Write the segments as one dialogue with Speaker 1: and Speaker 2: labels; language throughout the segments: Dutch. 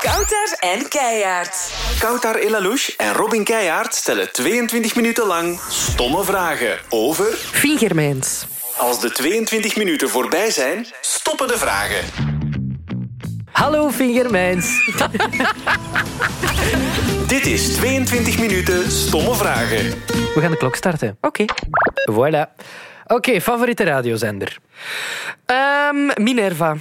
Speaker 1: Kouter en Keijaard.
Speaker 2: Koutar Elalouche en Robin Keijaard stellen 22 minuten lang stomme vragen over...
Speaker 3: Vingermijns.
Speaker 2: Als de 22 minuten voorbij zijn, stoppen de vragen.
Speaker 3: Hallo Vingermijns.
Speaker 2: Dit is 22 minuten stomme vragen.
Speaker 3: We gaan de klok starten.
Speaker 4: Oké.
Speaker 3: Voilà. Oké, favoriete radiozender.
Speaker 4: Ehm, Minerva.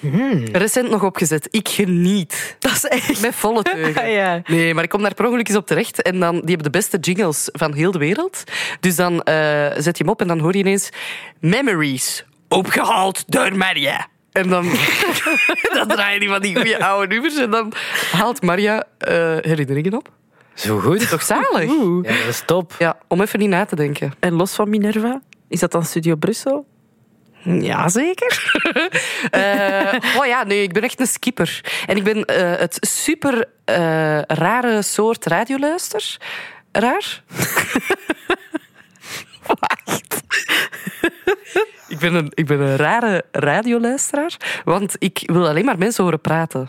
Speaker 3: Hmm.
Speaker 4: Recent nog opgezet. Ik geniet.
Speaker 3: Dat is echt... Ah,
Speaker 4: Met volle teugen.
Speaker 3: Ja.
Speaker 4: Nee, maar ik kom daar per ongeluk eens op terecht. En dan, die hebben de beste jingles van heel de wereld. Dus dan eh, zet je hem op en dan hoor je ineens... Memories, opgehaald door Maria. En dan, dan draai je die van die goede oude nummers. En dan haalt Maria eh, herinneringen op.
Speaker 3: Zo goed.
Speaker 4: Toch zalig?
Speaker 3: Ja, dat is top.
Speaker 4: Ja, om even niet na te denken.
Speaker 5: En los van Minerva, is dat dan Studio Brussel?
Speaker 4: Jazeker. Eh oh ja, nee, ik ben echt een skipper. En ik ben eh, het super eh, rare soort radioluister. Raar? Wacht. ik, ben een, ik ben een rare radioluisteraar, want ik wil alleen maar mensen horen praten.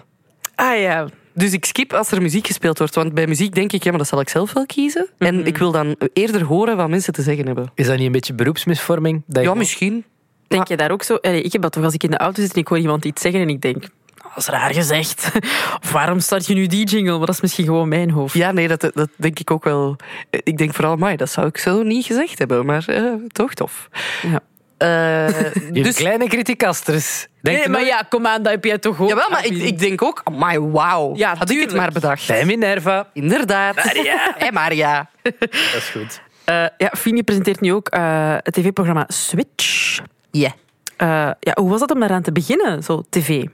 Speaker 5: Ah ja.
Speaker 4: Dus ik skip als er muziek gespeeld wordt. Want bij muziek denk ik, ja, maar dat zal ik zelf wel kiezen. En ik wil dan eerder horen wat mensen te zeggen hebben.
Speaker 3: Is dat niet een beetje beroepsmisvorming? Dat je
Speaker 4: Ja,
Speaker 3: gewoon-
Speaker 4: misschien.
Speaker 5: Denk je daar ook zo? Allee, ik heb dat toch als ik in de auto zit en ik hoor iemand iets zeggen en ik denk, "Ah, dat is raar gezegd. Of waarom start je nu die jingle? Maar dat is misschien gewoon mijn hoofd.
Speaker 4: Ja, nee, dat, dat denk ik ook wel. Eh, Ik denk vooral, mij, dat zou ik zo niet gezegd hebben, maar eh, toch tof.
Speaker 5: Ja.
Speaker 4: Eh,
Speaker 3: Je
Speaker 4: dus,
Speaker 3: kleine criticasters. Denk
Speaker 5: Nee,
Speaker 3: je
Speaker 5: maar
Speaker 3: nooit-
Speaker 5: ja, kom aan, dat heb jij toch ook.
Speaker 4: jawel, maar ik, ik denk ook, my wauw,
Speaker 5: Ja,
Speaker 4: had ik het
Speaker 5: tuurlijk.
Speaker 4: maar bedacht.
Speaker 3: Bij Minerva.
Speaker 4: Inderdaad. Maria. Hé, Maria.
Speaker 3: Dat is goed.
Speaker 5: Eh, ja, Fini presenteert nu ook eh, het tv-programma Switch.
Speaker 4: Ja.
Speaker 5: Eh, ja, hoe was dat om daaraan te beginnen, zo tv?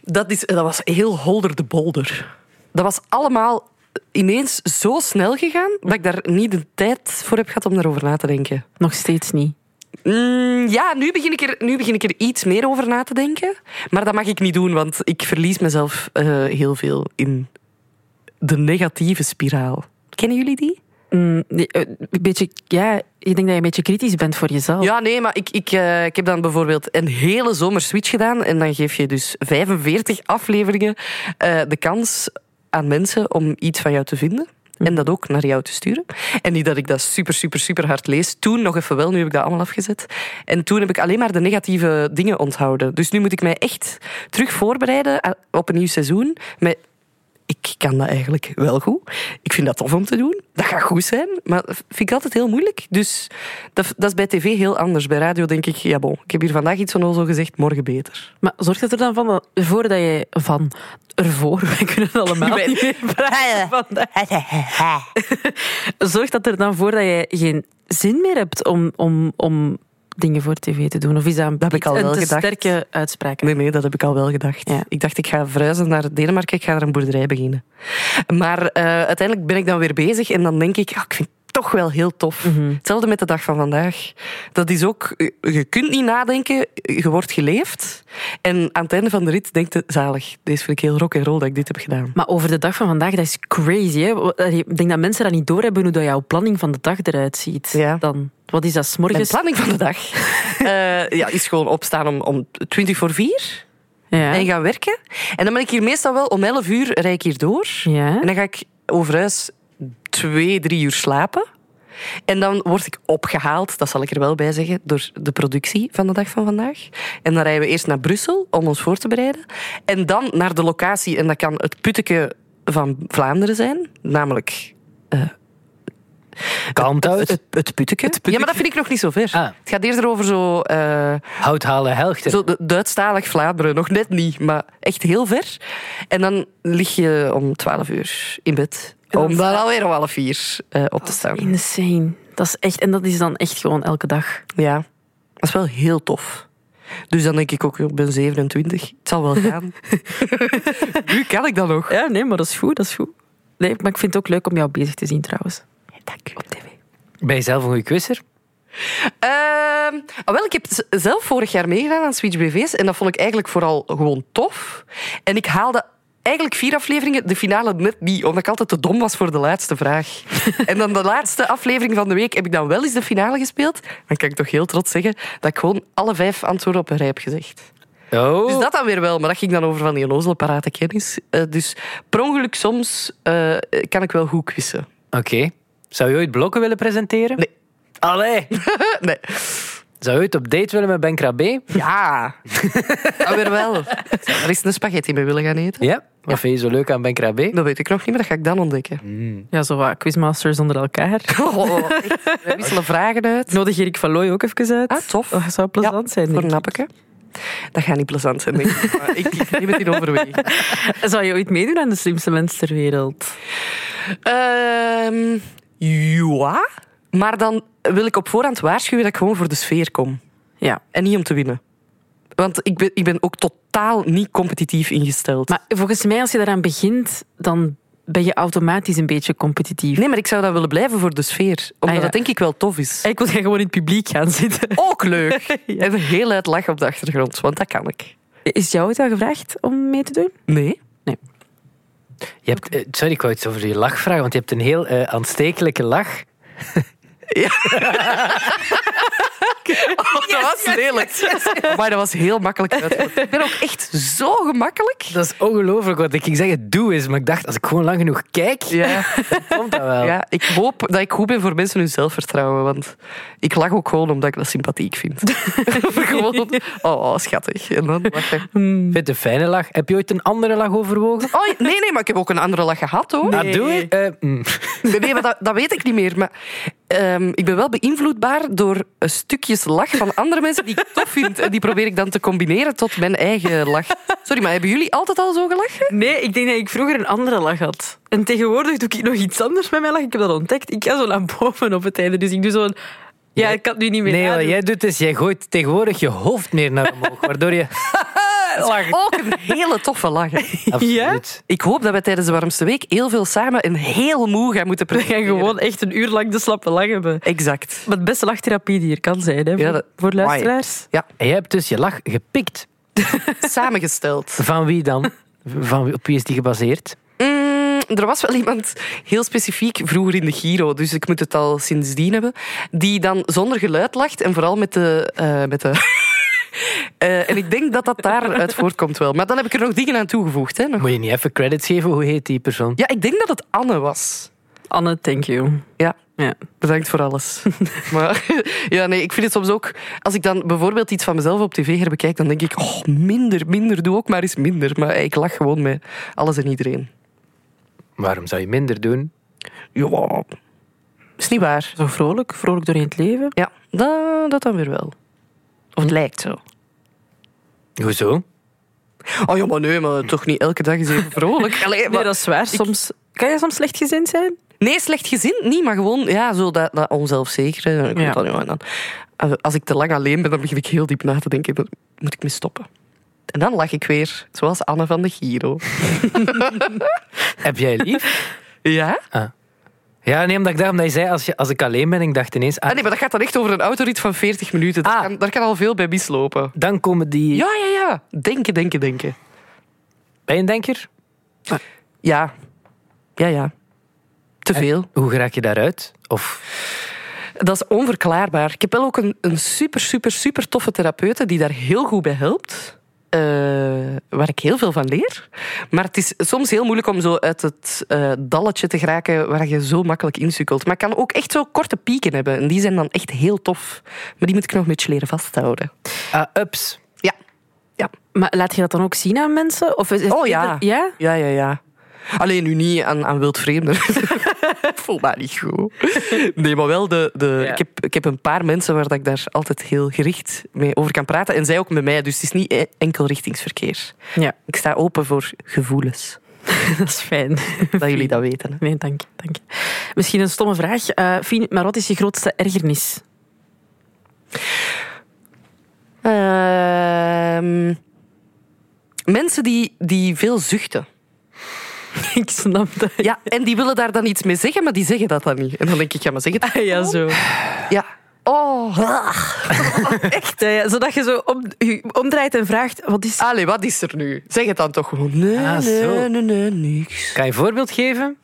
Speaker 4: Dat, is, dat was heel holder de bolder. Dat was allemaal ineens zo snel gegaan dat ik daar niet de tijd voor heb gehad om daarover na te denken.
Speaker 5: Nog steeds niet.
Speaker 4: Mm, ja, nu begin, ik er, nu begin ik er iets meer over na te denken. Maar dat mag ik niet doen, want ik verlies mezelf eh, heel veel in de negatieve spiraal. Kennen jullie die?
Speaker 5: Mm, nee, eh, een beetje, ja, ik denk dat je een beetje kritisch bent voor jezelf.
Speaker 4: Ja, nee, maar ik, ik, eh, ik heb dan bijvoorbeeld een hele zomer switch gedaan. En dan geef je dus 45 afleveringen eh, de kans aan mensen om iets van jou te vinden. En dat ook naar jou te sturen. En niet dat ik dat super, super, super hard lees. Toen nog even wel, nu heb ik dat allemaal afgezet. En toen heb ik alleen maar de negatieve dingen onthouden. Dus nu moet ik mij echt terug voorbereiden a- op een nieuw seizoen. Met ik kan dat eigenlijk wel goed. Ik vind dat tof om te doen. Dat gaat goed zijn, maar dat vind ik altijd heel moeilijk. Dus dat, dat is bij tv heel anders. Bij radio denk ik, ja bon, ik heb hier vandaag iets van zo gezegd, morgen beter.
Speaker 5: Maar zorgt het er dan van dat, ervoor dat je van ervoor, wij kunnen het allemaal
Speaker 4: Ik
Speaker 5: niet meer praten vandaag. Zorgt dat er dan voor dat je geen zin meer hebt om, om, om dingen voor tv te doen? Of is dat een,
Speaker 4: heb ik al
Speaker 5: een
Speaker 4: wel
Speaker 5: te
Speaker 4: gedacht.
Speaker 5: sterke uitspraak?
Speaker 4: Nee, nee, dat heb ik al wel gedacht.
Speaker 5: Ja.
Speaker 4: Ik dacht, ik ga verhuizen naar Denemarken, ik ga daar een boerderij beginnen. Maar eh, uiteindelijk ben ik dan weer bezig en dan denk ik, ah, ik vind het toch wel heel tof. Hetzelfde met de dag van vandaag. Dat is ook, eh, je kunt niet nadenken, je wordt geleefd. En aan het einde van de rit denkt je, zalig, deze vind ik heel rock en roll dat ik dit heb gedaan.
Speaker 5: Maar over de dag van vandaag, dat is crazy. Hè? Ik denk dat mensen dat niet doorhebben hoe dat jouw planning van de dag eruit ziet.
Speaker 4: Ja.
Speaker 5: Dan, wat is dat, s
Speaker 4: Mijn
Speaker 5: morgens?
Speaker 4: planning van de dag eh, ja, is gewoon opstaan om, om 20 voor 4
Speaker 5: Ja.
Speaker 4: en gaan werken. En dan ben ik hier meestal wel om 11 uur rijd ik hier door.
Speaker 5: Ja.
Speaker 4: En dan ga ik over huis twee, drie uur slapen. En dan word ik opgehaald, dat zal ik er wel bij zeggen, door de productie van de dag van vandaag. En dan rijden we eerst naar Brussel om ons voor te bereiden. En dan naar de locatie, en dat kan het putteke van Vlaanderen zijn, namelijk
Speaker 3: Kalmt
Speaker 4: het,
Speaker 3: uit.
Speaker 4: het, het putteke. Ja, maar dat vind ik nog niet zo ver.
Speaker 3: Ah.
Speaker 4: Het gaat eerder over zo... eh,
Speaker 3: Hout halen helgte.
Speaker 4: Zo de- Duitsstalig Vlaanderen, nog net niet, maar echt heel ver. En dan lig je om 12 uur in bed. Om dan alweer om half vier eh, op te staan.
Speaker 5: Insane. Dat is echt, en dat is dan echt gewoon elke dag.
Speaker 4: Ja, dat is wel heel tof. Dus dan denk ik ook, ik ben 27, het zal wel gaan. nu kan ik dat nog.
Speaker 5: Ja, nee, maar dat is goed, dat is goed. Nee, maar ik vind het ook leuk om jou bezig te zien trouwens. Dank Op tv.
Speaker 3: Ben je zelf een goede quizzer?
Speaker 4: Ehm, ah, wel, ik heb z- zelf vorig jaar meegedaan aan Switch BV's en dat vond ik eigenlijk vooral gewoon tof. En ik haalde eigenlijk vier afleveringen, de finale net niet, omdat ik altijd te dom was voor de laatste vraag. en dan de laatste aflevering van de week heb ik dan wel eens de finale gespeeld. Dan kan ik toch heel trots zeggen dat ik gewoon alle vijf antwoorden op een rij heb gezegd.
Speaker 3: Oh.
Speaker 4: Dus dat dan weer wel, maar dat ging dan over van die onnozele parate kennis. Eh, dus per ongeluk soms eh, kan ik wel goed quizzen.
Speaker 3: Oké. Zou je ooit blokken willen presenteren?
Speaker 4: Nee.
Speaker 3: Allee.
Speaker 4: Nee.
Speaker 3: Zou je ooit op date willen met Ben Krabbe?
Speaker 4: Ja. Ah, weer wel. Er is een spaghetti mee willen gaan eten.
Speaker 3: Ja. Wat vind je zo leuk aan Ben Krabbe?
Speaker 4: Dat weet ik nog niet, maar dat ga ik dan ontdekken.
Speaker 5: Ja, zo wat quizmasters onder elkaar.
Speaker 4: Oh, echt. Wij wisselen vragen uit.
Speaker 5: Nodig Erik van Looy ook even uit. Oh,
Speaker 4: Ah, tof.
Speaker 5: Dat zou plezant
Speaker 4: Ja,
Speaker 5: zijn.
Speaker 4: Voor
Speaker 5: denk
Speaker 4: een
Speaker 5: ik.
Speaker 4: appeke. Dat gaat niet plezant zijn, denk ik. Maar ik ik neem het in overweging.
Speaker 5: Zou je ooit meedoen aan de slimste mens ter wereld?
Speaker 4: Ehm, ja. Maar dan wil ik op voorhand waarschuwen dat ik gewoon voor de sfeer kom.
Speaker 5: Ja.
Speaker 4: En niet om te winnen. Want ik ben, ik ben ook totaal niet competitief ingesteld.
Speaker 5: Maar volgens mij, als je daaraan begint, dan ben je automatisch een beetje competitief.
Speaker 4: nee, maar ik zou dat willen blijven voor de sfeer. Omdat
Speaker 5: Ah, ja.
Speaker 4: dat denk ik wel tof is.
Speaker 5: Ik wil gewoon in het publiek gaan zitten.
Speaker 4: Ook leuk. En heel luid lachen op de achtergrond, want dat kan ik.
Speaker 5: Is jou het al gevraagd om mee te doen?
Speaker 4: Nee?
Speaker 3: Je hebt, eh, sorry, ik wou iets over je lach vragen, want je hebt een heel eh, aanstekelijke lach.
Speaker 4: Oh, dat was lelijk. Maar dat was heel makkelijk. uitgevoerd. Ik ben ook echt zo gemakkelijk.
Speaker 3: Dat is ongelooflijk wat ik ging zeggen. Doe is, maar ik dacht, als ik gewoon lang genoeg kijk,
Speaker 4: Ja.
Speaker 3: komt dat wel.
Speaker 4: Ja, ik hoop dat ik goed ben voor mensen hun zelfvertrouwen. Want ik lach ook gewoon omdat ik dat sympathiek vind. gewoon, oh, schattig. En dan lach je.
Speaker 3: Ik Vind het een fijne lach. Heb je ooit een andere lach overwogen?
Speaker 4: Oh, nee, nee, maar ik heb ook een andere lach gehad, hoor.
Speaker 3: Ah, doe je? Eh, mm.
Speaker 4: Nee, nee, maar dat, dat weet ik niet meer. Maar ehm, ik ben wel beïnvloedbaar door eh, stukjes lach van andere mensen die ik tof vind. En die probeer ik dan te combineren tot mijn eigen lach. Sorry, maar hebben jullie altijd al zo gelachen?
Speaker 5: Nee, ik denk dat ik vroeger een andere lach had. En tegenwoordig doe ik nog iets anders met mijn lach. Ik heb dat ontdekt. Ik ga zo naar boven op het einde. Dus ik doe zo'n... Ja, ik kan het nu niet meer
Speaker 3: Nee, wat
Speaker 5: nadoen.
Speaker 3: jij doet is, jij gooit tegenwoordig je hoofd meer naar omhoog, waardoor je... lacht.
Speaker 4: Ook een hele toffe lach. hè.
Speaker 3: Absoluut.
Speaker 4: Ik hoop dat we tijdens de warmste week heel veel samen en heel moe gaan moeten
Speaker 5: We gaan
Speaker 4: presenteren.
Speaker 5: gewoon echt een uur lang de slappe lach hebben.
Speaker 4: Exact.
Speaker 5: Maar het beste lachtherapie die er kan zijn, hè, voor,
Speaker 4: Ja, dat-
Speaker 5: voor luisteraars.
Speaker 3: En jij hebt dus je lach gepikt.
Speaker 4: Samengesteld.
Speaker 3: Van wie dan? Van, wie- op wie is die gebaseerd?
Speaker 4: Mm, er was wel iemand heel specifiek vroeger in de Giro, dus ik moet het al sindsdien hebben, die dan zonder geluid lacht en vooral met de... eh, met de Eh, en ik denk dat dat daaruit voortkomt wel. Maar dan heb ik er nog dingen aan toegevoegd. Hè, nog.
Speaker 3: Moet je niet even credits geven? Hoe heet die persoon?
Speaker 4: Ja, ik denk dat het Anne was.
Speaker 5: Anne, thank you.
Speaker 4: Ja,
Speaker 5: Ja.
Speaker 4: bedankt voor alles. maar ja, nee, ik vind het soms ook... Als ik dan bijvoorbeeld iets van mezelf op tv herbekijk, dan denk ik... Oh, minder, minder, doe ook maar eens minder. Maar ik lach gewoon met alles en iedereen.
Speaker 3: Waarom zou je minder doen?
Speaker 4: Ja, is niet waar.
Speaker 5: Zo vrolijk, vrolijk doorheen het leven.
Speaker 4: Ja, dat, dat dan weer wel. Of het lijkt zo.
Speaker 3: Hoezo?
Speaker 4: Oh ja, maar nee, maar toch niet elke dag is even vrolijk. Allee, maar-
Speaker 5: Nee, dat is waar. Soms... Kan jij soms slechtgezind zijn?
Speaker 4: Nee, slecht gezind niet, maar gewoon ja, zo dat, dat onzelfzekere. Ik weet
Speaker 5: Ja.
Speaker 4: dat niet, maar dan, als ik te lang alleen ben, dan begin ik heel diep na te denken. Dan moet ik me stoppen. En dan lach ik weer, zoals Anne van de Giro.
Speaker 3: Heb jij lief?
Speaker 4: Ja?
Speaker 3: Ja, nee, omdat ik dacht, omdat je zei, als, je, als ik alleen ben, ik dacht ineens... ah,
Speaker 4: Ah, nee, maar dat gaat dan echt over een autorit van 40 minuten. Daar,
Speaker 3: Ah.
Speaker 4: kan, daar kan al veel bij mislopen.
Speaker 3: Dan komen die...
Speaker 4: Ja, ja, ja. Denken, denken, denken.
Speaker 3: Ben je een denker?
Speaker 4: Ja. Ja, ja. Te veel.
Speaker 3: Hoe raak je daaruit? Of...
Speaker 4: Dat is onverklaarbaar. Ik heb wel ook een, een super, super, super toffe therapeute die daar heel goed bij helpt. eh, waar ik heel veel van leer. Maar het is soms heel moeilijk om zo uit het eh, dalletje te geraken waar je zo makkelijk insukkelt. Maar ik kan ook echt zo korte pieken hebben. En die zijn dan echt heel tof. Maar die moet ik nog een beetje leren vasthouden.
Speaker 3: Ah, ups.
Speaker 4: Ja. Ja.
Speaker 5: Maar laat je dat dan ook zien aan mensen? Of is, is-
Speaker 4: Oh, ja.
Speaker 5: Ja?
Speaker 4: Ja, ja, ja. Alleen nu niet aan, aan wildvreemden. Ik voel dat niet goed. Nee, maar wel, de, de,
Speaker 5: Ja.
Speaker 4: ik, heb, ik heb een paar mensen waar dat ik daar altijd heel gericht mee over kan praten. En zij ook met mij, dus het is niet e- enkel richtingsverkeer.
Speaker 5: Ja,
Speaker 4: Ik sta open voor gevoelens,
Speaker 5: dat is fijn.
Speaker 4: dat jullie dat weten. hè.
Speaker 5: Nee, dank je. Dank je. Misschien een stomme vraag. Eh Fien, maar wat is je grootste ergernis?
Speaker 4: Ehm, mensen die, die veel zuchten.
Speaker 5: Ik snap dat.
Speaker 4: Ja, en die willen daar dan iets mee zeggen, maar die zeggen dat dan niet. En dan denk ik, ja, maar zeg het.
Speaker 5: Ah, ja, zo.
Speaker 4: Ja. Oh,
Speaker 5: Echt, hè, ja. Zodat je zo om, je omdraait en vraagt, wat is...
Speaker 4: allee, wat is er nu? Zeg het dan toch gewoon. Nee,
Speaker 3: Ah,
Speaker 4: nee,
Speaker 3: zo.
Speaker 4: nee, nee, niks.
Speaker 3: Kan je een voorbeeld geven?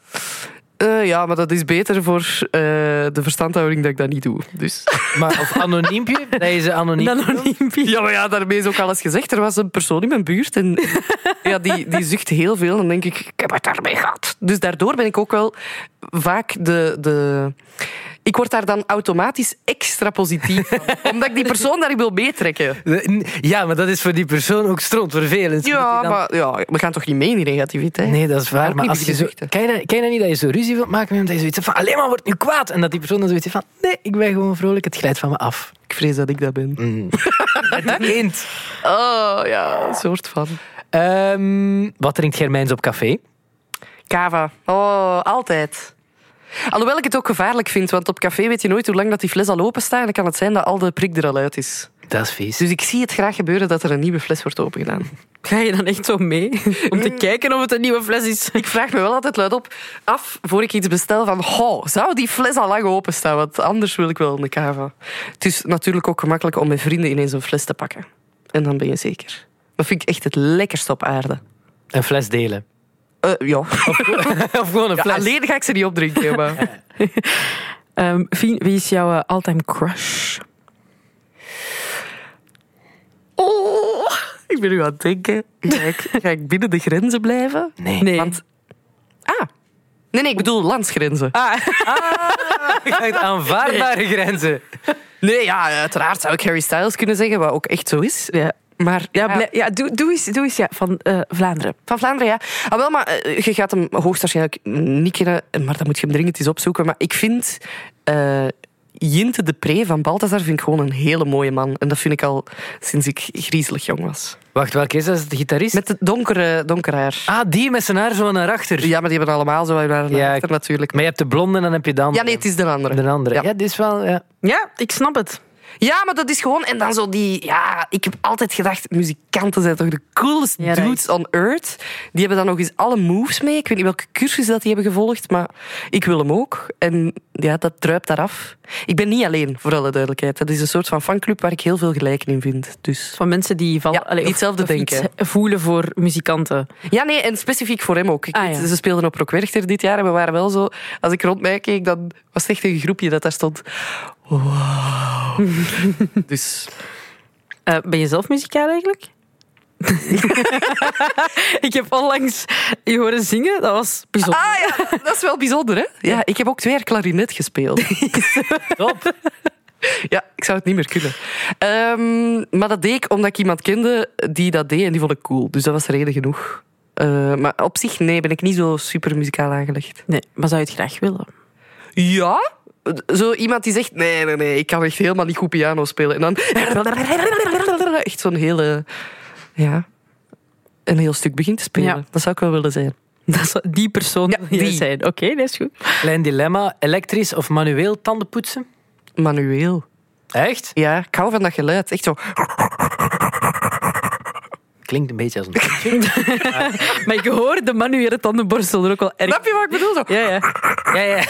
Speaker 4: Eh, ja, maar dat is beter voor eh, de verstandhouding dat ik dat niet doe. Dus.
Speaker 3: Maar, of anoniempje, dat je ze anoniem...
Speaker 5: Dan nog niet bier.
Speaker 4: Ja, maar ja, daarmee is ook alles gezegd. Er was een persoon in mijn buurt en ja, die, die zucht heel veel. En dan denk ik, ik heb het daarmee gehad. Dus daardoor ben ik ook wel vaak de... de ik word daar dan automatisch extra positief van. Omdat ik die persoon daarin wil meetrekken.
Speaker 3: Ja, maar dat is voor die persoon ook strontvervelend. Moet
Speaker 4: Ja,
Speaker 3: je dan-
Speaker 4: maar ja, we gaan toch niet mee in die negativiteit?
Speaker 3: Nee, dat is waar.
Speaker 4: Ook
Speaker 3: Maar
Speaker 4: niet
Speaker 3: als je zo,
Speaker 4: begezichten.
Speaker 3: ken, je dat, ken je dat niet dat je zo ruzie wilt maken met iemand, dat je zoiets hebt van alleen maar wordt nu kwaad. En dat die persoon dan zoiets heeft van nee, ik ben gewoon vrolijk, het glijdt van me af.
Speaker 4: Ik vrees dat ik dat ben.
Speaker 3: Het eend.
Speaker 4: Mm. Oh, ja, een soort van.
Speaker 3: Ehm, wat drinkt Germijns op café?
Speaker 4: Kava. Oh, altijd. Alhoewel ik het ook gevaarlijk vind, want op café weet je nooit hoe lang dat die fles al open staat. En dan kan het zijn dat al de prik er al uit is.
Speaker 3: Dat is vies.
Speaker 4: Dus ik zie het graag gebeuren dat er een nieuwe fles wordt opengedaan.
Speaker 5: Ga je dan echt zo mee? Om te kijken of het een nieuwe fles is.
Speaker 4: Ik vraag me wel altijd luid op af, voor ik iets bestel, van goh, zou die fles al lang openstaan? Want anders wil ik wel een kava. Het is natuurlijk ook gemakkelijk om met vrienden ineens een fles te pakken. En dan ben je zeker. Dat vind ik echt het lekkerste op aarde.
Speaker 3: Een fles delen.
Speaker 4: Eh, ja.
Speaker 3: of gewoon een
Speaker 4: Ja,
Speaker 3: fles.
Speaker 4: alleen ga ik ze niet opdrinken. Maar.
Speaker 5: Ehm, Fien, wie is jouw eh, all-time crush?
Speaker 4: Oh, ik ben nu aan het denken. Ga ik, ga ik binnen de grenzen blijven?
Speaker 3: Nee.
Speaker 5: Nee.
Speaker 4: Want- Ah. Nee, nee, ik bedoel landsgrenzen.
Speaker 3: Ik dacht, aanvaardbare grenzen.
Speaker 4: Nee, ja, uiteraard zou ik Harry Styles kunnen zeggen, wat ook echt zo is.
Speaker 5: ja.
Speaker 4: Maar
Speaker 5: Ja, blij- ja, doe, doe eens, doe eens ja, van eh, Vlaanderen.
Speaker 4: Van Vlaanderen, ja. Ah, wel, maar eh, je gaat hem hoogstwaarschijnlijk niet kennen, maar dan moet je hem dringend eens opzoeken. Maar ik vind eh Jinte de Pre van Balthazar vind ik gewoon een hele mooie man. En dat vind ik al sinds ik griezelig jong was.
Speaker 3: Wacht, welke is dat? Is het de gitarist?
Speaker 4: Met het donkere, donkere haar.
Speaker 3: Ah, die met zijn haar zo naar achter.
Speaker 4: Ja, maar die hebben allemaal zo naar een
Speaker 3: Ja,
Speaker 4: achter,
Speaker 3: ik-
Speaker 4: natuurlijk.
Speaker 3: Maar je hebt de blonde en dan heb je de andere.
Speaker 4: Ja, nee, het is de andere.
Speaker 3: De andere. Ja,
Speaker 4: Ja.
Speaker 3: dit is wel... Ja.
Speaker 5: Ja, ik snap het.
Speaker 4: Ja, maar dat is gewoon... En dan zo die... Ja, ik heb altijd gedacht, muzikanten zijn toch de coolest
Speaker 5: Ja, dat
Speaker 4: dudes on earth. Die hebben dan nog eens alle moves mee. Ik weet niet welke cursus dat die hebben gevolgd, maar ik wil hem ook. En ja, dat druipt daaraf. Ik ben niet alleen, voor alle duidelijkheid. Dat is een soort van fanclub waar ik heel veel gelijken in vind. Dus...
Speaker 5: Van mensen die van
Speaker 4: Ja, die hetzelfde denken.
Speaker 5: voelen voor muzikanten.
Speaker 4: Ja, nee, en specifiek voor hem ook. Ik
Speaker 5: Ah,
Speaker 4: weet,
Speaker 5: ja.
Speaker 4: Ze speelden op Rockwerchter dit jaar en we waren wel zo... Als ik rond mij keek, dan was het echt een groepje dat daar stond. Wow. dus...
Speaker 5: Eh, ben je zelf muzikaal eigenlijk? ik heb onlangs je horen zingen. Dat was bijzonder.
Speaker 4: Ah ja, dat is wel bijzonder, hè? Ja, ik heb ook twee jaar klarinet gespeeld.
Speaker 3: Top.
Speaker 4: Ja, ik zou het niet meer kunnen. Ehm, maar dat deed ik omdat ik iemand kende die dat deed en die vond ik cool. Dus dat was reden genoeg. Eh, maar op zich, nee, ben ik niet zo super muzikaal aangelegd.
Speaker 5: Nee, maar zou je het graag willen?
Speaker 4: Ja? Zo iemand die zegt, nee, nee, nee, ik kan echt helemaal niet goed piano spelen. En dan... Echt zo'n hele... Ja... Een heel stuk begint te spelen.
Speaker 5: Ja.
Speaker 4: Dat zou ik wel willen zijn.
Speaker 5: Dat zou die persoon
Speaker 4: Ja,
Speaker 5: wil jij
Speaker 4: die.
Speaker 5: zijn. Oké, dat is goed.
Speaker 3: Klein dilemma. Elektrisch of manueel tanden poetsen?
Speaker 4: Manueel.
Speaker 3: Echt?
Speaker 4: Ja, ik hou van dat geluid. Echt zo...
Speaker 3: Klinkt een beetje als een...
Speaker 5: Maar ik hoor de manuele tandenborstel er ook wel erg.
Speaker 4: Snap je wat ik bedoel? Zo.
Speaker 5: Ja, ja.
Speaker 3: ja, ja.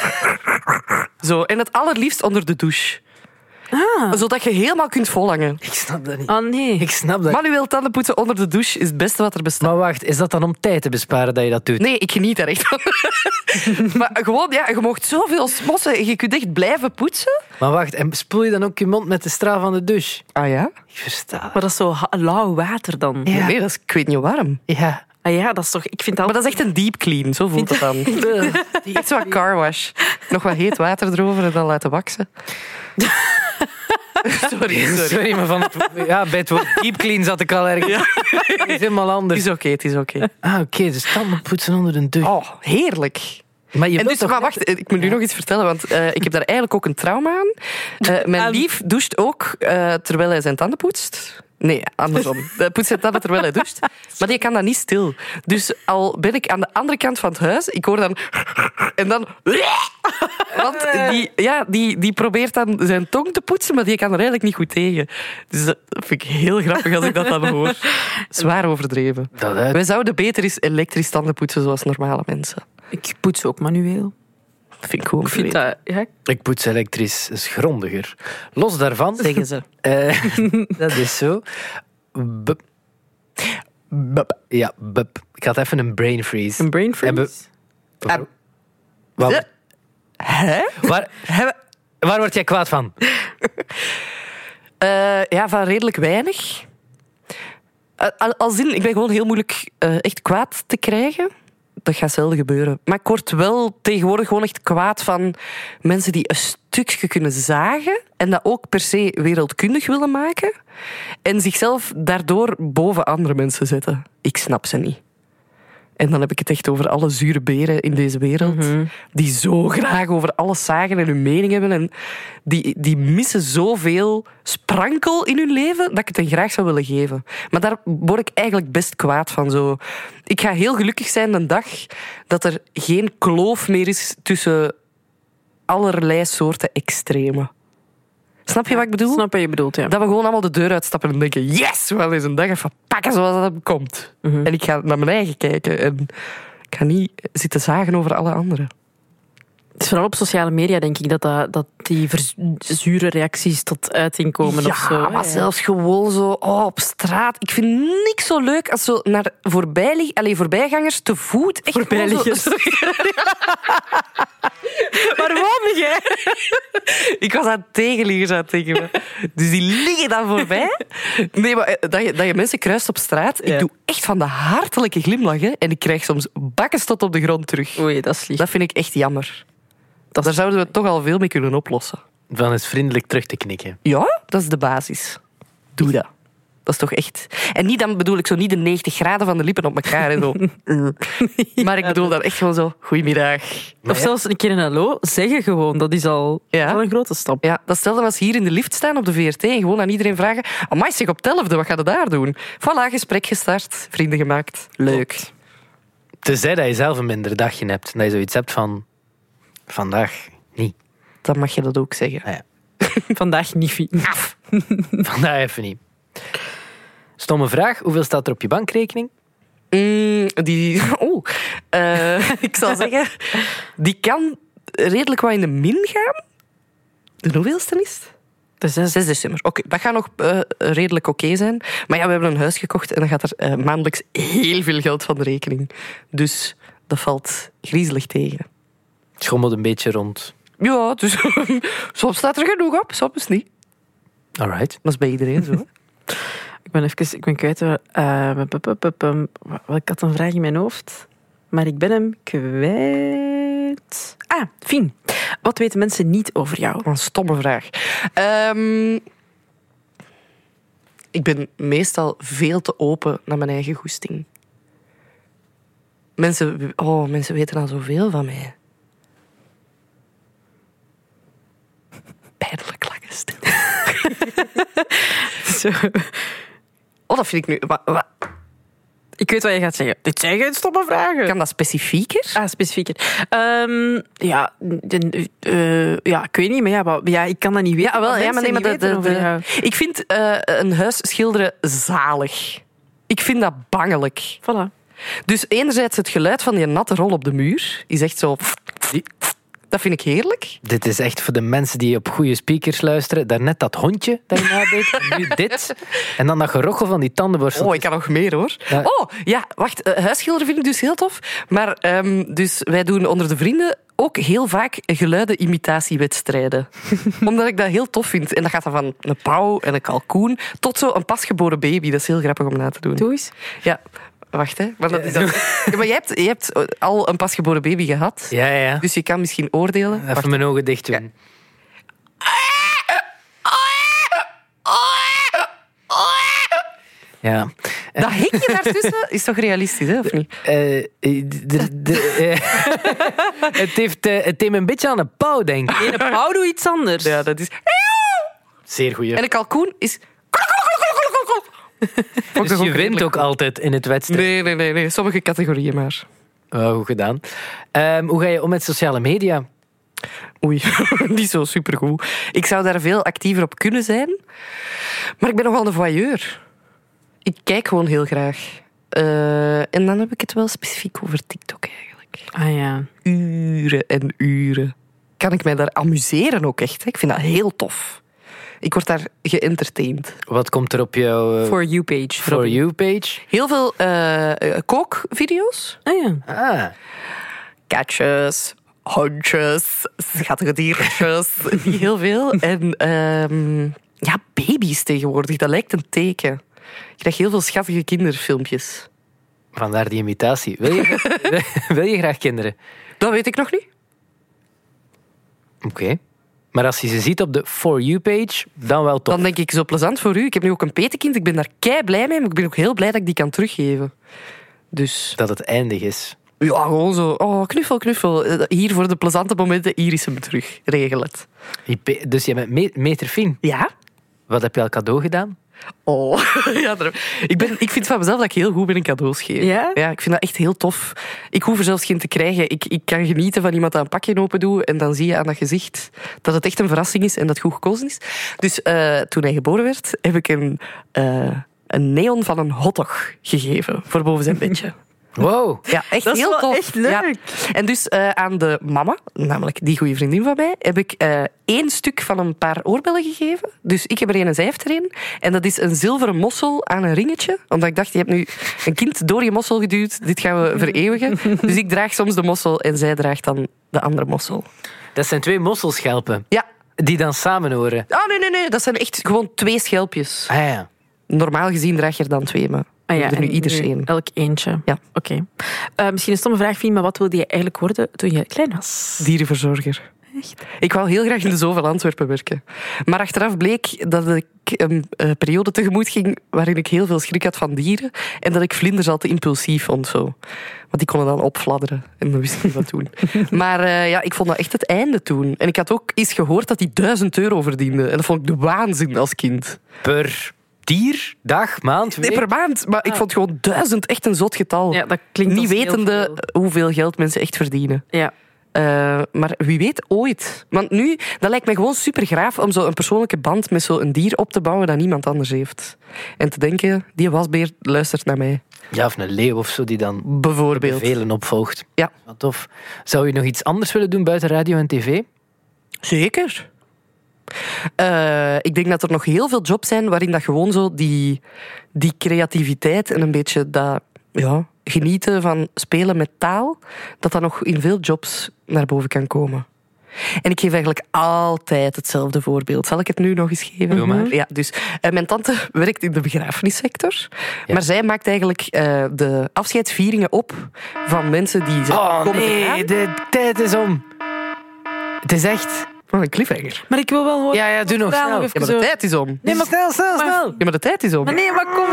Speaker 4: Zo, en het allerliefst onder de douche. Zodat je helemaal kunt volhangen.
Speaker 3: Ik snap dat niet.
Speaker 5: Oh nee.
Speaker 3: Ik snap dat
Speaker 4: Manueel tandenpoetsen onder de douche is het beste wat er bestaat.
Speaker 3: Maar wacht, is dat dan om tijd te besparen dat je dat doet?
Speaker 4: Nee, ik geniet daar echt van. maar gewoon, ja, je mocht zoveel smossen en je kunt echt blijven poetsen.
Speaker 3: Maar wacht, en spoel je dan ook je mond met de straal van de douche?
Speaker 4: Ah ja?
Speaker 3: Ik versta.
Speaker 5: Maar dat is zo ha- lauw water dan.
Speaker 4: Nee, dat is, ik weet niet warm.
Speaker 3: Ja.
Speaker 5: Ah ja, dat is toch... Ik vind dat...
Speaker 4: Maar dat is echt een deep clean, zo voelt het dan. Echt zo'n car wash. Nog wat heet water erover en dan laten waksen. sorry, sorry.
Speaker 3: Sorry, maar van het, ja, bij het woord deep clean zat ik al erg. Het is helemaal
Speaker 4: Het
Speaker 3: anders.
Speaker 4: is oké, het is oké.
Speaker 3: Ah, oké, dus tanden poetsen onder een douche.
Speaker 4: Oh, heerlijk.
Speaker 3: Maar je
Speaker 4: En
Speaker 3: wilt
Speaker 4: dus,
Speaker 3: toch
Speaker 4: maar wacht, ik moet nu nog iets vertellen, want eh, ik heb daar eigenlijk ook een trauma aan. Eh, mijn
Speaker 5: Aan-
Speaker 4: lief doucht ook eh, terwijl hij zijn tanden poetst. Nee, andersom. Hij poetst zijn tanden terwijl hij doucht. Maar die kan dat niet stil. Dus al ben ik aan de andere kant van het huis, ik hoor dan... En dan... Want die, ja, die, die probeert dan zijn tong te poetsen, maar die kan er eigenlijk niet goed tegen. Dus dat vind ik heel grappig als ik dat dan hoor. Zwaar overdreven.
Speaker 3: dat uit.
Speaker 4: We zouden beter eens elektrisch tanden poetsen zoals normale mensen.
Speaker 5: Ik poets ook manueel.
Speaker 4: Dat vind ik gewoon
Speaker 5: Ik vind dat... Ja,
Speaker 3: Ik poets elektrisch, is grondiger. Los daarvan...
Speaker 5: zeggen ze.
Speaker 3: Eh, dat is zo. Bup. Bup. Ja, bup. Ik had even een brain freeze.
Speaker 5: Een brain freeze?
Speaker 3: Hebben- Waar,
Speaker 4: Ja. Hè?
Speaker 3: waar, waar word jij kwaad van?
Speaker 4: Eh, ja, van redelijk weinig. Eh, al- Als in, ik ben gewoon heel moeilijk eh, echt kwaad te krijgen. Dat gaat zelden gebeuren. Maar ik word wel tegenwoordig gewoon echt kwaad van mensen die een stukje kunnen zagen en dat ook per se wereldkundig willen maken en zichzelf daardoor boven andere mensen zetten. Ik snap ze niet. En dan heb ik het echt over alle zure beren in deze wereld. Die zo graag over alles zagen en hun mening hebben. En die, die missen zoveel sprankel in hun leven dat ik het hen graag zou willen geven. Maar daar word ik eigenlijk best kwaad van. Zo. Ik ga heel gelukkig zijn een dag dat er geen kloof meer is tussen allerlei soorten extremen. Snap je wat ik bedoel?
Speaker 5: Snap wat je bedoelt, ja.
Speaker 4: Dat we gewoon allemaal de deur uitstappen en denken: yes, wel eens een dag even pakken zoals dat komt. En ik ga naar mijn eigen kijken en ik ga niet zitten zagen over alle anderen.
Speaker 5: Het is vooral op sociale media, denk ik, dat, dat, dat die vers- zure reacties tot uiting komen
Speaker 4: ja,
Speaker 5: of zo. hè.
Speaker 4: maar zelfs gewoon zo oh, op straat. Ik vind niks zo leuk als zo naar voorbijlig, allee, voorbijgangers te voet. Echt gewoon zo-
Speaker 5: Voorbijliggers.
Speaker 4: Waar woon jij? Ik was aan het tegenliggers aan het tikken. Dus die liggen dan voorbij. Nee, maar eh, dat je, dat je mensen kruist op straat. Ik
Speaker 5: Ja.
Speaker 4: doe echt van de hartelijke glimlach. Hè, en ik krijg soms bakkes tot op de grond terug.
Speaker 5: Oei, dat is lief.
Speaker 4: Dat vind ik echt jammer. Daar zouden we toch al veel mee kunnen oplossen.
Speaker 3: Van eens vriendelijk terug te knikken.
Speaker 4: Ja, dat is de basis. Doe dat. Dat is toch echt. En niet dan bedoel ik zo niet de 90 graden van de lippen op elkaar. Hè, zo. Mm. maar ik bedoel dan echt gewoon zo. Goedemiddag.
Speaker 5: Of zelfs een keer een hallo zeggen gewoon. Dat is al,
Speaker 4: Ja.
Speaker 5: dat is al een grote stap.
Speaker 4: Ja, dat stelde was hier in de lift staan op de VRT en gewoon aan iedereen vragen. Amai, zeg op telfde, wat gaat het daar doen? Voilà, gesprek gestart, vrienden gemaakt. Leuk.
Speaker 3: Tenzij dat je zelf een minder dagje hebt. En dat je zoiets hebt van... Vandaag niet.
Speaker 4: Dan mag je dat ook zeggen.
Speaker 5: Vandaag niet. vinden.
Speaker 3: Vandaag even niet. Stomme vraag. Hoeveel staat er op je bankrekening?
Speaker 4: Mm, die, oh, eh, ik zal zeggen, die kan redelijk wat in de min gaan. De hoeveelste is het?
Speaker 5: De zes.
Speaker 4: 6 december. Oké, dat gaat nog eh, redelijk oké zijn. Maar ja, we hebben een huis gekocht en dan gaat er eh, maandelijks heel veel geld van de rekening. Dus dat valt griezelig tegen.
Speaker 3: Schommelt een beetje rond.
Speaker 4: Ja, dus soms staat er genoeg op, soms niet.
Speaker 3: Alright.
Speaker 4: Dat is bij iedereen zo. hè.
Speaker 5: Ik ben even ik ben kwijt. waar- eh, pup, pup, pup, pup. Wel, ik had een vraag in mijn hoofd, maar ik ben hem kwijt. Ah, Fien. Wat weten mensen niet over jou?
Speaker 4: Wat een stomme vraag. Ehm, ik ben meestal veel te open naar mijn eigen goesting. Mensen, oh, mensen weten al zoveel van mij. Pijnlijk lange stil.
Speaker 5: Zo.
Speaker 4: Oh, dat vind ik nu... wa- wa-
Speaker 5: Ik weet wat je gaat zeggen. Dit zijn geen stomme vragen.
Speaker 4: kan dat specifieker?
Speaker 5: Ah, specifieker. Ehm, ja, de- eh, ja, ik weet niet, maar ja, wat- ja, ik kan dat niet weten.
Speaker 4: Ja, Ah, wel,
Speaker 5: Wat
Speaker 4: ja, maar nee,
Speaker 5: mensen
Speaker 4: maar
Speaker 5: niet
Speaker 4: de,
Speaker 5: weten
Speaker 4: de-
Speaker 5: over
Speaker 4: de-
Speaker 5: jou.
Speaker 4: ik vind eh, een huis schilderen zalig. Ik vind dat bangelijk.
Speaker 5: Voilà.
Speaker 4: Dus enerzijds het geluid van die natte rol op de muur is echt zo. Dat vind ik heerlijk.
Speaker 3: Dit is echt voor de mensen die op goede speakers luisteren. Daarnet dat hondje dat je nadeed. nu dit. En dan dat gerochel van die tandenborstel.
Speaker 4: Oh, ik kan nog meer hoor.
Speaker 3: Ja.
Speaker 4: Oh, ja, wacht. eh, Huisschilderen vind ik dus heel tof. Maar ehm, dus wij doen onder de vrienden ook heel vaak geluidenimitatiewedstrijden. Omdat ik dat heel tof vind. En dat gaat dan van een pauw en een kalkoen tot zo een pasgeboren baby. Dat is heel grappig om na te doen.
Speaker 5: Doe eens.
Speaker 4: Ja, wacht hè. Maar, dat is dan... Ja, maar jij, hebt, jij hebt al een pasgeboren baby gehad.
Speaker 3: Ja, ja, ja.
Speaker 4: Dus je kan misschien oordelen.
Speaker 3: Even mijn ogen dicht doen. Ja.
Speaker 4: Dat hikje daartussen is toch realistisch, hè? Of niet?
Speaker 3: Eh, eh, d- d- d- eh, het, heeft, eh, het deed me een beetje aan een pauw, denk ik.
Speaker 5: In een pauw doe iets anders.
Speaker 4: Ja, dat is...
Speaker 3: Zeer goeie.
Speaker 4: En een kalkoen is... Vond ik
Speaker 3: dus
Speaker 4: ook
Speaker 3: je wint
Speaker 4: redelijk
Speaker 3: ook
Speaker 4: goed.
Speaker 3: altijd in het wedstrijd.
Speaker 4: Nee, nee, nee, nee. Sommige categorieën maar.
Speaker 3: Wel goed gedaan. Ehm, hoe ga je om met sociale media?
Speaker 4: Oei, niet zo supergoed. Ik zou daar veel actiever op kunnen zijn. Maar ik ben nogal een voyeur. Ik kijk gewoon heel graag. Eh, en dan heb ik het wel specifiek over TikTok eigenlijk.
Speaker 5: Ah ja.
Speaker 4: uren en uren. Kan ik mij daar amuseren ook echt? hè? Ik vind dat heel tof. Ik word daar geëntertaind.
Speaker 3: Wat komt er op jouw eh,
Speaker 5: For you page.
Speaker 3: For You page?
Speaker 4: Heel veel eh, eh, kookvideo's.
Speaker 5: Ah ja.
Speaker 3: Ah,
Speaker 4: Katjes. hondjes, schattige diertjes, niet heel veel. En ehm, ja, baby's tegenwoordig, dat lijkt een teken. Je krijgt heel veel schattige kinderfilmpjes.
Speaker 3: Vandaar die imitatie. Wil je, wil je graag kinderen?
Speaker 4: Dat weet ik nog niet.
Speaker 3: Oké. Maar als je ze ziet op de For You-page, dan wel top.
Speaker 4: Dan denk ik, zo plezant voor u. Ik heb nu ook een petekind, ik ben daar kei blij mee, maar ik ben ook heel blij dat ik die kan teruggeven. Dus
Speaker 3: Dat het eindig is.
Speaker 4: ja, gewoon zo, oh, knuffel, knuffel. Eh, Hier voor de plezante momenten, hier is hem terug. Regel het.
Speaker 3: Die pe- Dus je bent me- meter Fien.
Speaker 4: Ja?
Speaker 3: Wat heb je al cadeau gedaan?
Speaker 4: Oh, ja, daarom. ik, ben, ik vind van mezelf dat ik heel goed ben in cadeaus geven.
Speaker 5: Ja?
Speaker 4: ik vind dat echt heel tof. Ik hoef er zelfs geen te krijgen. Ik, ik kan genieten van iemand dat een pakje open doet en dan zie je aan dat gezicht dat het echt een verrassing is en dat het goed gekozen is. Dus eh, toen hij geboren werd, heb ik een, eh, een neon van een hotdog gegeven voor boven zijn bedje.
Speaker 3: Wow.
Speaker 4: Ja, echt
Speaker 5: Dat is
Speaker 4: heel
Speaker 5: wel
Speaker 4: tof.
Speaker 5: echt leuk.
Speaker 4: Ja. En dus eh, aan de mama, namelijk die goede vriendin van mij, heb ik eh, één stuk van een paar oorbellen gegeven. Dus ik heb er een en zij heeft er een. En dat is een zilveren mossel aan een ringetje. Omdat ik dacht, je hebt nu een kind door je mossel geduwd. Dit gaan we vereeuwigen. Dus ik draag soms de mossel en zij draagt dan de andere mossel.
Speaker 3: Dat zijn twee mosselschelpen.
Speaker 4: Ja.
Speaker 3: Die dan samen horen.
Speaker 4: Oh, nee, nee, nee. Dat zijn echt gewoon twee schelpjes.
Speaker 3: Ah ja.
Speaker 4: Normaal gezien draag je er dan twee, maar
Speaker 5: Ah
Speaker 4: we hebben er
Speaker 5: en
Speaker 4: nu ieders één.
Speaker 5: Elk eentje.
Speaker 4: Ja.
Speaker 5: Oké. Eh, misschien een stomme vraag, Fien, maar wat wilde je eigenlijk worden toen je klein was?
Speaker 4: Dierenverzorger. Ik wou heel graag in de Zoveel Antwerpen werken. Maar achteraf bleek dat ik een eh, periode tegemoet ging waarin ik heel veel schrik had van dieren en dat ik vlinders al te impulsief vond. Zo. Want die konden dan opfladderen en dan wist ik niet wat doen. Maar eh, ja, ik vond dat echt het einde toen. En ik had ook eens gehoord dat die duizend euro verdiende. En dat vond ik de waanzin als kind.
Speaker 3: Per dier, dag, maand,
Speaker 4: Nee,
Speaker 3: week.
Speaker 4: per maand. Maar ik vond gewoon duizend echt een zot getal.
Speaker 5: Ah. Ja, dat klinkt
Speaker 4: niet
Speaker 5: als heel
Speaker 4: wetende hoeveel geld mensen echt verdienen.
Speaker 5: Ja.
Speaker 4: Eh, maar wie weet ooit. Want nu, dat lijkt mij gewoon super graaf om zo een persoonlijke band met zo'n dier op te bouwen dat niemand anders heeft. En te denken, die wasbeer luistert naar mij.
Speaker 3: Ja, of een leeuw of zo die dan
Speaker 4: Bijvoorbeeld.
Speaker 3: velen opvolgt.
Speaker 4: Ja.
Speaker 3: Wat tof. Zou je nog iets anders willen doen buiten radio en tv?
Speaker 4: Zeker. Eh, ik denk dat er nog heel veel jobs zijn waarin dat gewoon zo die, die creativiteit en een beetje dat ja, genieten van spelen met taal, dat dat nog in veel jobs naar boven kan komen. En ik geef eigenlijk altijd hetzelfde voorbeeld. Zal ik het nu nog eens geven?
Speaker 3: Doe maar.
Speaker 4: Ja, dus, eh, mijn tante werkt in de begrafenissector. Maar zij maakt eigenlijk eh, de afscheidsvieringen op van mensen die zijn komen begraven.
Speaker 3: Oh, de tijd is om. Het is echt...
Speaker 4: Wat een cliffhanger.
Speaker 5: Maar ik wil wel horen.
Speaker 3: Ja, ja, doe nog
Speaker 5: Vertel
Speaker 3: snel.
Speaker 5: nog even
Speaker 4: Ja, maar de
Speaker 5: zo.
Speaker 4: tijd is om.
Speaker 3: Nee, maar snel, snel, snel.
Speaker 4: Ja, maar de tijd is om.
Speaker 5: Maar nee, maar kom.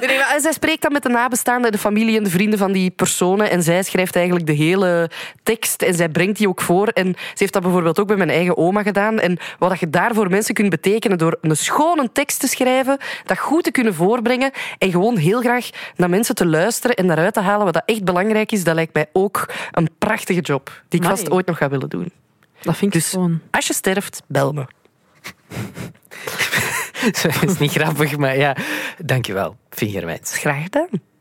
Speaker 4: Nee, nee, maar zij spreekt dan met de nabestaanden, de familie en de vrienden van die personen. En zij schrijft eigenlijk de hele tekst en zij brengt die ook voor. En ze heeft dat bijvoorbeeld ook bij mijn eigen oma gedaan. En wat dat je daarvoor mensen kunt betekenen door een schone tekst te schrijven, dat goed te kunnen voorbrengen en gewoon heel graag naar mensen te luisteren en daaruit te halen wat dat echt belangrijk is, dat lijkt mij ook een prachtige job die ik
Speaker 5: Amai.
Speaker 4: vast ooit nog ga willen doen.
Speaker 5: Dat vind ik
Speaker 4: Dus-
Speaker 5: gewoon.
Speaker 4: Als je sterft, bel me.
Speaker 3: Dat is niet grappig, maar ja. Dankjewel, Fien Germijns.
Speaker 4: Graag gedaan.